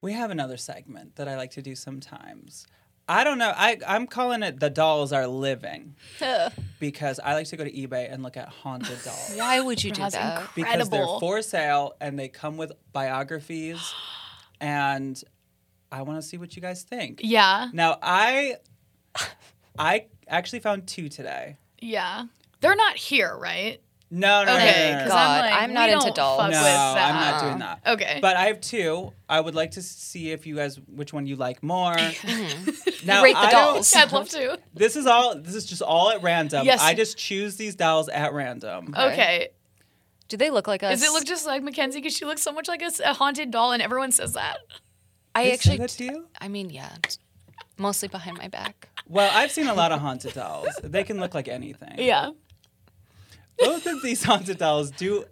We have another segment that I like to do sometimes. I don't know. I, I'm calling it the dolls are
*laughs*
living because I like to go to eBay and look at haunted dolls.
*laughs* Why would you do
That's
that?
because they're
incredible.
for sale and they come with biographies
*gasps*
and i want to see what you guys think
yeah,
now i i actually found two today
yeah. They're not here, right?
no no no,
Okay,
no, no, no,
because
no.
God,
I'm, like,
I'm
we
not into
don't
dolls.
fuck
No,
with that.
i'm not doing that
Okay.
but i have two i would like to see if you guys which one you like
*laughs*
more *laughs*
Mm-hmm.
now
Rate the
I don't-
dolls.
Yeah, I'd
*laughs*
love to.
this is all this is just all at random
Yes. Oh,
i just choose these dolls at random
Okay.
Do they look like us?
Does it look just like Mackenzie? Because she looks so much like a, s- a haunted doll, and everyone says that.
I
They say
actually.
that to you?
I mean, yeah, mostly behind my *laughs* back.
well i've seen a lot of haunted dolls they can look like anything
*laughs* Yeah.
both of these haunted dolls do.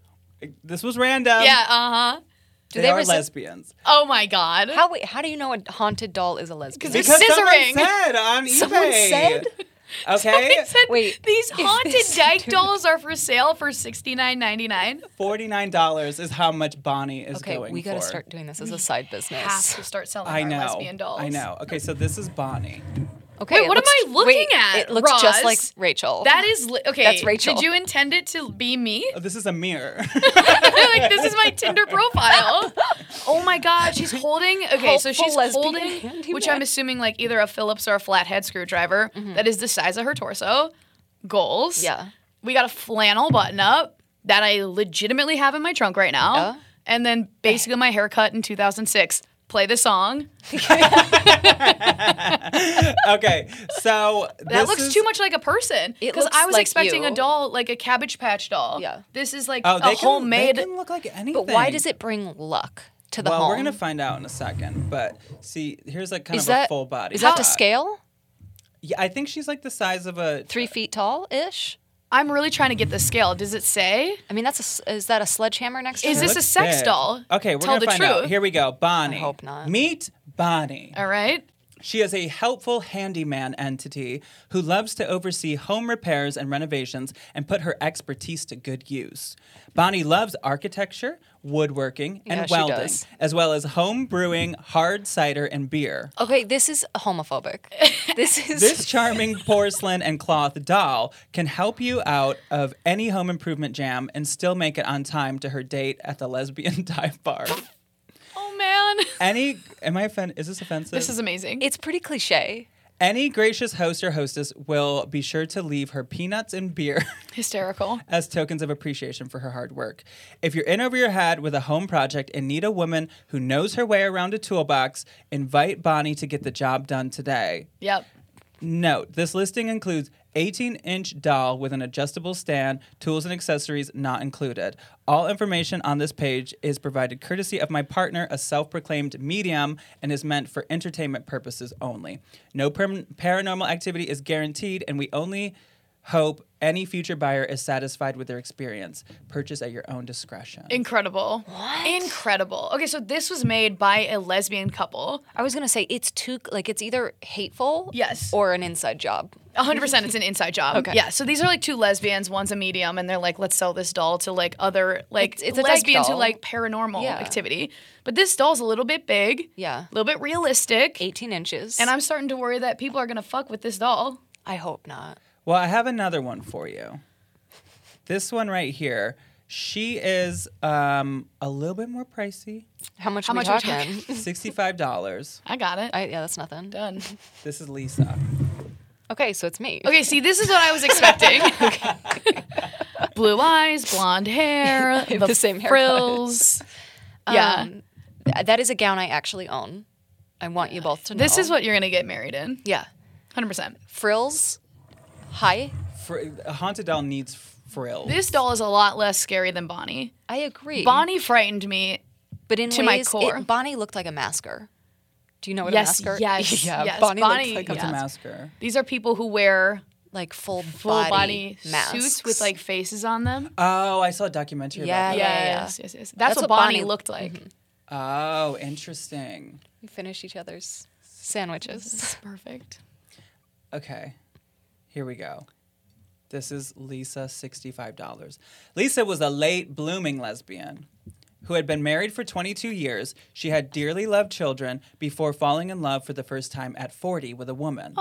This was random.
yeah, uh huh.
they,
they
are
resi-
lesbians.
Oh my God. *laughs*
How wait, how do you know a haunted doll is a lesbian?
They're
Because
scissoring.
someone said on eBay.
Someone said? *laughs*
Okay,
Said,
Wait,
These
if
haunted
this
dyke
dude-
dolls are for sale for sixty nine ninety nine.
forty nine dollars is how much Bonnie is
okay,
going
we got to
for.
start doing this as a side
Have
business.
to start selling
I
our
know.
lesbian dolls.
I know. Okay, so this is Bonnie.
Okay,
Wait,
it
what am
looks-
I looking
wait,
at,
It looks just like
Roz?
Rachel.
That is li- okay.
That's Rachel.
Did you intend it to be me?
Oh, this is a mirror.
*laughs*
*laughs* like this is my Tinder profile. Oh my god, she's holding. Okay, so
Helpful
she's
lesbian
holding,
handyman. Mm-hmm.
which I'm assuming like either a Phillips or a flathead screwdriver that is the size of her torso. Goals.
Yeah.
We got a flannel button up that I legitimately have in my trunk right now,
Yeah.
and then basically my haircut in 2006. Play the song.
*laughs* okay, so
That
this
looks
is-
too much like a person
It
because
looks
I was
like
expecting a
you.
doll like a Cabbage Patch doll.
Yeah.
This is like
Oh,
a
they can,
homemade.
They can look like anything.
but why does it bring luck to the
well,
home.
we're gonna find out in a second. But see, here's like kind
is
of
that
a full body.
Is that to
shot.
scale?
Yeah, I think she's like the size of a.
Three feet tall ish.
I'm really trying to get the scale. Does it say?
I mean, that's a s is that a sledgehammer next to
Is
her?
this a
Looks
sex
big.
doll?
Okay, we're
Tell
gonna
the
find out.
truth.
Here we go. Bonnie.
I hope not.
Meet Bonnie.
All right.
She is a helpful handyman entity who loves to oversee home repairs and renovations and put her expertise to good use. Bonnie loves architecture, woodworking, and
Yeah, she
welding,
does.
as well as home brewing, hard cider, and beer.
Oh,
Okay, this is homophobic. *laughs* This is
This
*laughs*
charming porcelain and cloth doll can help you out of any home improvement jam and still make it on time to her date at the lesbian *laughs* dive bar.
Oh man, *laughs*
Any, am I offended? Is this offensive?
this is amazing.
*laughs* it's pretty cliche.
Any gracious host or hostess will be sure to leave her peanuts and beer *laughs*
*laughs*
hysterical.
as tokens of appreciation for her hard work. If you're in over your head with a home project and need a woman who knows her way around a toolbox, invite Bonnie to get the job done today.
Yep.
Note, this listing includes 18-inch doll with an adjustable stand, tools and accessories not included. All information on this page is provided courtesy of my partner, a self-proclaimed medium, and is meant for entertainment purposes only. No per- paranormal activity is guaranteed, and we only hope any future buyer is satisfied with their experience. Purchase at your own discretion.
Incredible. What? Incredible. Okay, so this was made by a lesbian couple.
I was gonna say it's too like it's either hateful,
Yes.
or an inside job.
100% it's an inside job. Okay. Yeah, so these are like two lesbians, one's a medium and they're like let's sell this doll to like other like
It's- it's a dyke
lesbians who
doll.
like paranormal
Yeah.
activity. But this doll's a little bit big.
Yeah.
A little bit realistic.
Eighteen inches.
And I'm starting to worry that people are going to fuck with this doll.
I hope not.
Well, I have another one for you. This one right here. She is um, a little bit more pricey,
How much?
How
are we
much are we
talking?
sixty-five dollars.
I got it.
*laughs* I, yeah, that's nothing.
Done.
This is Lisa.
Okay, so it's me.
Okay, see, this is what I was expecting. Blue eyes, blonde hair,
have
the,
the same haircut.
frills. yeah.
Um, th- that is a gown I actually own. I want you both to know.
this is what you're going to get married in.
Yeah.
100%.
Frills, high.
Fr- a haunted doll needs frill.
This doll is a lot less scary than Bonnie.
I agree.
Bonnie frightened me.
but in
to my
ways, it-
core.
Bonnie looked like a masker. Do you know what
Yes,
a masker?
yes,
*laughs* yeah.
yes.
Bonnie,
Bonnie-
looked like
It's
a
yeah.
a
mask.
masker.
These are people who wear
like full,
full body,
masks.
suits with like faces on them.
Oh, I saw a documentary about
Yeah,
that.
yeah, yeah.
Yes, yes, yes. That's, what, Bonnie, looked like.
Oh, interesting.
We finish each other's sandwiches.
Perfect.
Okay, here we go. This is Lisa, $65. Lisa was a late blooming lesbian who had been married for 22 years. She had dearly loved children before falling in love for the first time at 40 with a woman.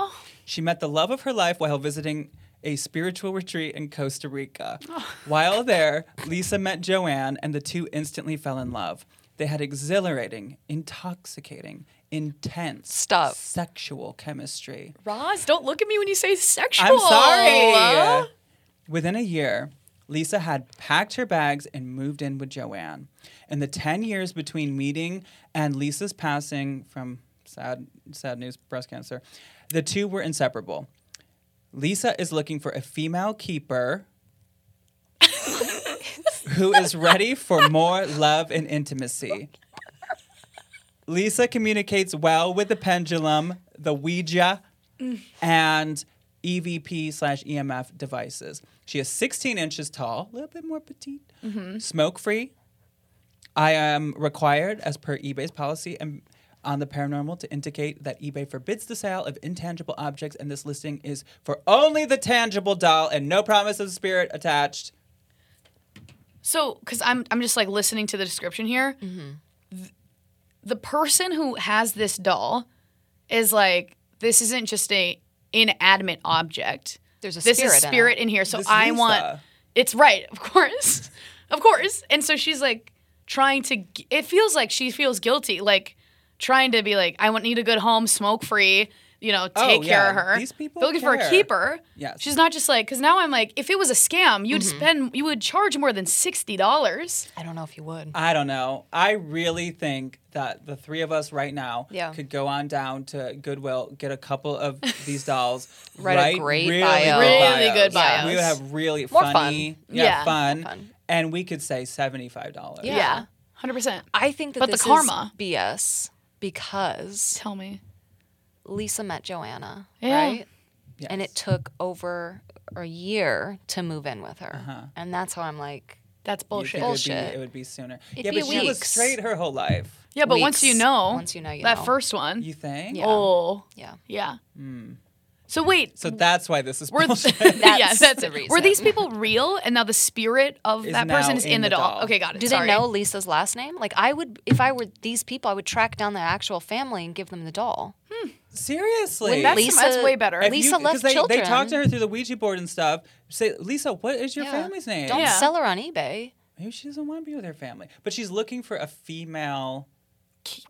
She met the love of her life while visiting a spiritual retreat in Costa Rica. While there, Lisa met Joanne and the two instantly fell in love. They had exhilarating, intoxicating, intense
Stop.
sexual chemistry.
Roz, don't look at me when you say sexual.
I'm sorry. Within a year, Lisa had packed her bags and moved in with Joanne. In the 10 years between meeting and Lisa's passing from sad, sad news, breast cancer, the two were inseparable. Lisa is looking for a female *laughs* keeper who is ready for more love and intimacy. Lisa communicates well with the pendulum, the Ouija, and EVP slash EMF devices. She is 16 inches tall, a little bit more petite, smoke free. I am required, as per eBay's policy and on the paranormal, to indicate that eBay forbids the sale of intangible objects, and this listing is for only the tangible doll and no promise of spirit attached.
So, because I'm, I'm just like listening to the description here.
Mm-hmm.
Th- the person who has this doll is like, this isn't just a inanimate object.
There's a
this
spirit
is
in
spirit
it.
in, here. So
This
I
Lisa.
want. It's right, of course, *laughs* of course. And so she's like trying to. g- It feels like she feels guilty, like trying to be like, I want need a good home, smoke free. You know,
Oh,
take care
yeah.
of her.
These people
They're looking for a
care.
keeper.
Yes.
She's not just like because now I'm like, if it was a scam, you'd
Mm-hmm.
spend, you would charge more than sixty dollars.
I don't know if you would.
I don't know. I really think that the three of us right now
Yeah.
could go on down to Goodwill, get a couple of
*laughs*
these dolls,
Write a great
really
bio.
Really good
bios.
bios.
We would have really
More
funny,
fun.
Yeah,
Yeah.
fun,
More fun.
and we could say seventy-five dollars.
Yeah.
Yeah. hundred percent.
I think that
But the
this
karma.
is BS because
Tell me.
Lisa met Joanna,
Yeah.
right? And it took over a year to move in with her,
Uh-huh.
and that's how I'm like,
That's
You think it
bullshit.
would be-
Bullshit.
It would be sooner.
It'd
yeah,
be
but she was
weeks.
straight her whole life.
Yeah, but once you
weeks.
know,
Once you know, you
that
know.
first one.
You think?
Yeah.
Oh,
yeah, Hmm.
yeah. So wait,
So that's why this is
were
bullshit.
*laughs*
*laughs*
yeah,
That's
that's
the
it. Were these
reason.
people real? And now the spirit of
Is
that
now
person is in, the doll. Okay, got it.
Do
Sorry.
they know Lisa's last name? Like, I would, if I were these people, I would track down their actual family and give them the doll.
*laughs* Seriously.
That's,
Lisa-
that's way better.
If
Lisa
you- 'cause
left
they, They
children.
talked to her through the Ouija board and stuff. Say, Lisa, what is your
Yeah.
family's name?
Don't
Yeah.
sell her on eBay.
Maybe she doesn't want to be with her family, but she's looking for a female.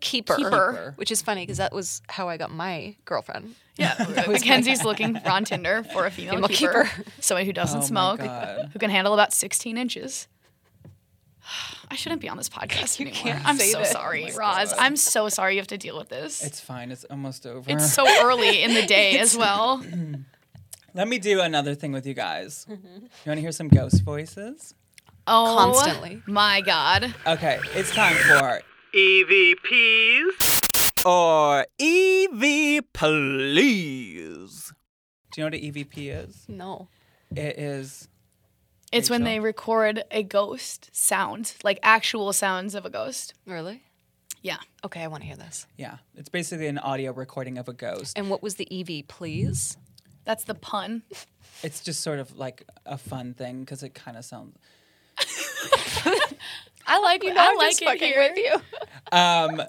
Keeper,
Keeper.
which is funny because that was how I got my girlfriend.
yeah, Mackenzie's looking on Tinder for a female,
Female
keeper,
keeper.
someone who doesn't
Oh my
smoke,
God.
who can handle about 16 inches. *sighs* I shouldn't be on this podcast anymore. I'm so sorry, Roz. I'm so sorry you have to deal with this. It's,
It's fine. It's almost over.
so early in the day as well.
Let me do another thing with you guys. You want to hear some ghost voices?
Oh,
Constantly.
My God.
Okay, it's time for
EVPs or
E
EV please.
Do you know what an EVP is?
No.
It is
It's when
Rachel.
they record a ghost sound, like actual sounds of a ghost.
Really?
Yeah.
Okay, I want to hear this.
yeah. It's basically an audio recording of a ghost.
And what was the EV, please?
That's the pun.
It's just sort of like a fun thing because it kind of sounds.
I like you.
know, I'm just fucking with
you.
Um,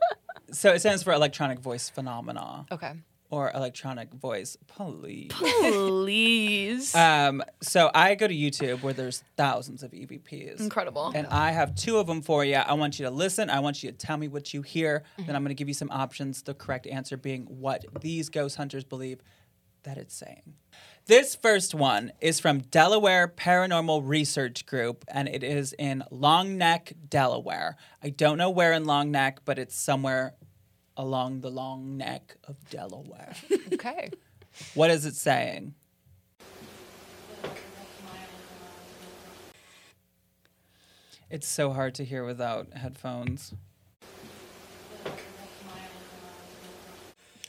so it stands for electronic voice phenomena
Okay.
or electronic voice police.
Please.
Um, so I go to YouTube where there's thousands of EVPs.
Incredible.
And I have two of them for you. I want you to listen. I want you to tell me what you hear. Then I'm going to give you some options. The correct answer being what these ghost hunters believe that it's saying. This first one is from Delaware Paranormal Research Group, and it is in Long Neck, Delaware. I don't know where in Long Neck, but it's somewhere along the long neck of Delaware. *laughs*
Okay.
what is it saying? It's so hard to hear without headphones.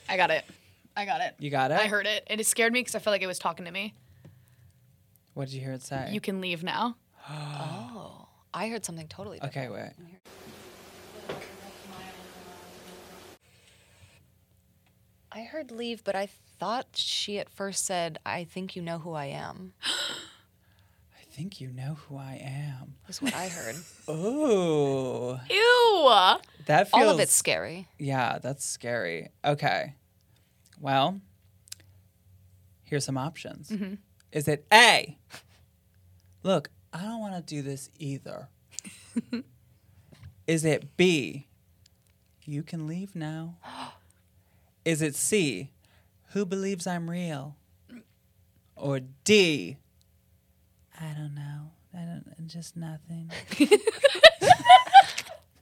I got it. I got it.
You got it?
I heard it. And it scared me because I felt like it was talking to me.
What did you hear it say?
You can leave now.
Oh, I heard something totally different.
okay, wait.
I heard leave, but I thought she at first said, I think you know who I am,
I think you know who I am.
is what I
*laughs*
heard.
Ooh,
Ew.
that feels.
All of it's scary.
Yeah, that's scary. Okay. Well, here's some options. Is it A? *laughs* Look, I don't want to do this either. Is it B? You can leave now. Is it C? Who believes I'm real? Or D? I don't know. I don't. Just nothing.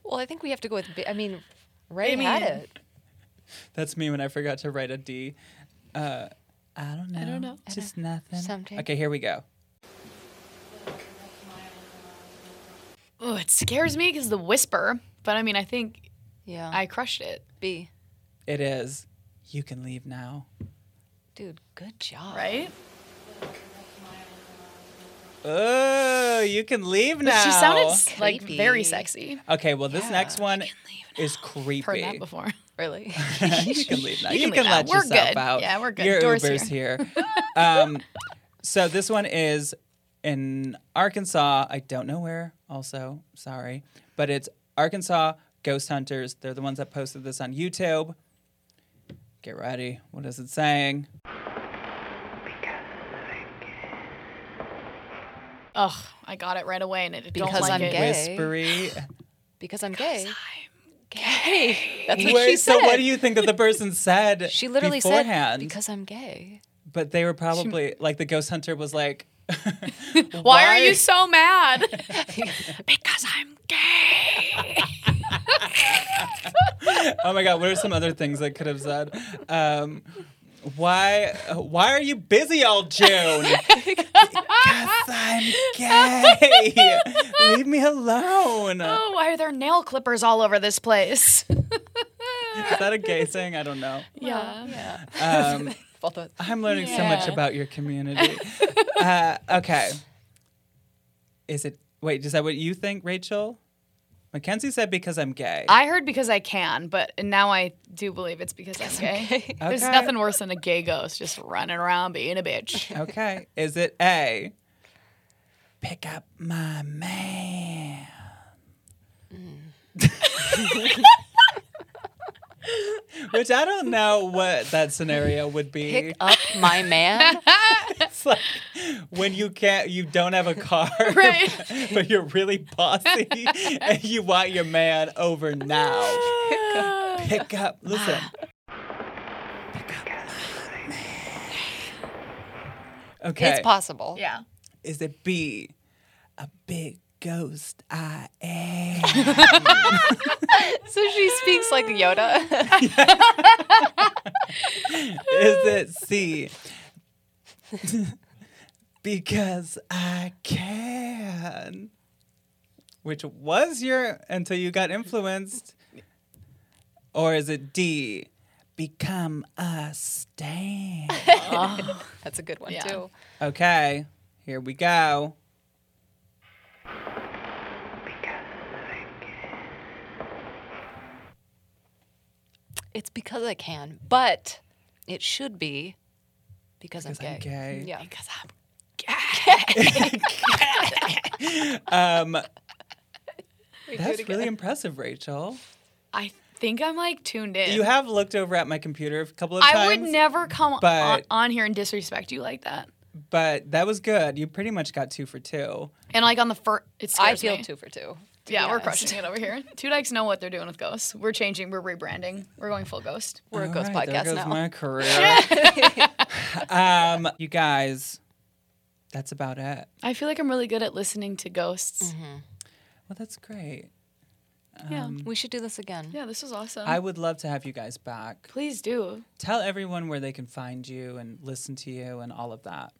Well, I think we have to go with, B- I mean, Ray
I mean-
had it.
That's me when I forgot to write a D. Uh, I don't know. I
don't know.
Just nothing.
Something.
Okay, here we go.
Oh, it scares me because the whisper. But I mean, I think
Yeah.
I crushed it.
B.
It is. You can leave now.
Dude, good job.
Right?
Oh, you can leave now.
But she sounded s- like
Creepy.
very sexy.
Okay, well, this next one is
Heard
creepy.
that before. *laughs*
Really?
*laughs* you can leave now. You, can,
can leave now.
let
We're
yourself
good.
out.
Yeah, we're good.
Your
Door's
Uber's here. um, so this one is in Arkansas. I don't know where. Also, sorry, but it's Arkansas ghost hunters. They're the ones that posted this on YouTube. Get ready. What is it saying?
Ugh, I got it right away and it don't
Because
like
I'm
it.
gay.
Whispery.
*laughs*
*laughs*
Because I'm gay. gay. That's what she
Wait,
said.
so what do you think that the person said?
she literally
beforehand?
said, because I'm *laughs* gay.
But they were probably like the ghost hunter was like,
Why, are you so mad? *laughs* because I'm
*laughs*
gay.
Oh my god, what are some other things I could have said? Um, Why? Why are you busy all June? Because I'm gay. Leave me alone.
Oh, why are there nail clippers all over this place? *laughs*
Is that a gay thing? I don't know.
yeah.
Um,
Both of-
I'm learning so much
Yeah.
about your community. uh, okay. Is it? Wait, is that what you think, Rachel? Mackenzie said because I'm gay.
I heard because I can, but now I do believe it's because I'm gay. There's
Okay.
nothing worse than a gay ghost just running around being a bitch.
okay. Is it A? Pick up my man. Which I don't know what that scenario would be.
Pick up my
*laughs*
man.
It's like when you can't, you don't have a car,
*laughs*
*laughs*
*laughs* Right.
but you're really bossy and you want your man over now. Pick up, listen. Pick up. my man. Okay.
It's possible.
Yeah.
Is it B? A big ghost I am.
So she speaks like
*laughs*
Yoda. *laughs*
Is it C? *laughs* because I can. Which was your until you got influenced. Or is it D? Become a stand.
That's a good one
Yeah.
too.
okay, here we go.
It's because I can, but it should be because, I'm, gay.
I'm gay.
Yeah.
That's really impressive, Rachel.
I think I'm like tuned in.
You have looked over at my computer a couple of times.
I would never come on,
but-
on here and disrespect you like that.
But that was good. You pretty much got two for two.
And like on the first, it
I
scares
feel
me.
two for two. to
Yeah,
be
we're
honest.
crushing it over here. *laughs* Two Dykes know what they're doing with ghosts. We're changing. We're rebranding. We're going full ghost.
We're a
All
ghost
right, there
podcast
goes
now.
My career. *laughs* um,
*laughs*
you guys, that's about it.
I feel like I'm really good at listening to ghosts.
Mm-hmm. Well, that's great.
Yeah.
we should do this again.
Yeah, this was awesome.
I would love to have you guys back.
Please do.
Tell everyone where they can find you and listen to you and all of that.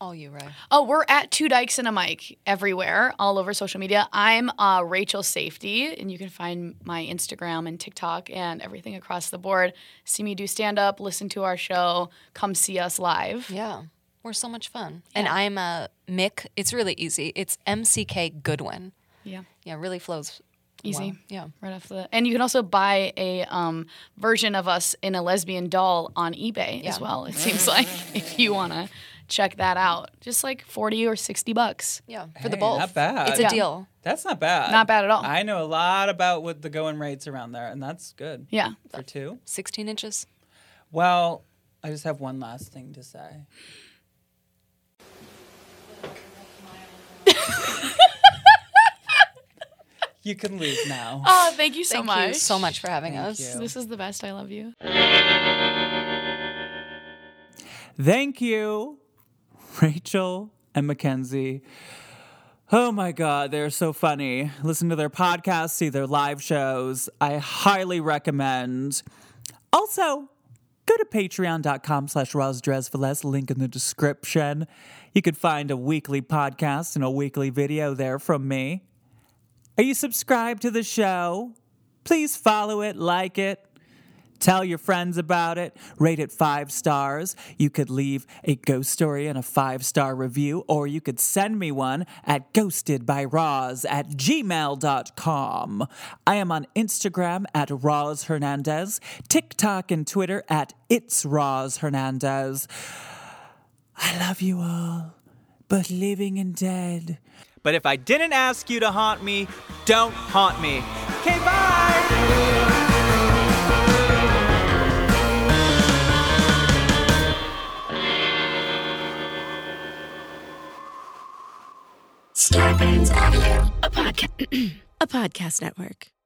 All you, Ray.
Oh, we're at Two Dykes and a Mic everywhere, all over social media. I'm uh, Rachel Safety, and you can find my Instagram and TikTok and everything across the board. See me do stand up, listen to our show, come see us live.
Yeah. We're so much fun. And I'm a Mick. It's really easy. It's MCK Goodwin.
Yeah.
Yeah, really flows.
Easy.
well. Yeah.
Right off the, and you can also buy a um, version of us in a lesbian doll on eBay as
Yeah.
well. It seems like *laughs* if you want to check that out, just like forty or sixty bucks.
Yeah. For the
Hey,
both.
not bad.
It's a
Yeah.
deal.
That's not bad.
Not bad at all.
I know a lot about what the going rates around there, and that's good.
Yeah.
For two.
16 inches.
Well, I just have one last thing to say. you can leave now.
Oh, thank you so
Thank
much.
you so much for having
Thank
us.
you.
This is the best. I love you.
Thank you, Rachel and Mackenzie. Oh my God, they're so funny. Listen to their podcasts, see their live shows. I highly recommend. Also, go to patreon.com slash rosdresveles, link in the description. You could find a weekly podcast and a weekly video there from me. Are you subscribed to the show? Please follow it, like it. Tell your friends about it. Rate it five stars. You could leave a ghost story and a five star review, or you could send me one at ghostedbyroz at gmail.com. I am on Instagram at Roz Hernandez, TikTok and Twitter at It's Roz Hernandez. I love you all, both living and dead.
But if I didn't ask you to haunt me, don't haunt me. Okay, bye!
*clears throat* Scarpins Audio, a podcast, a podcast network.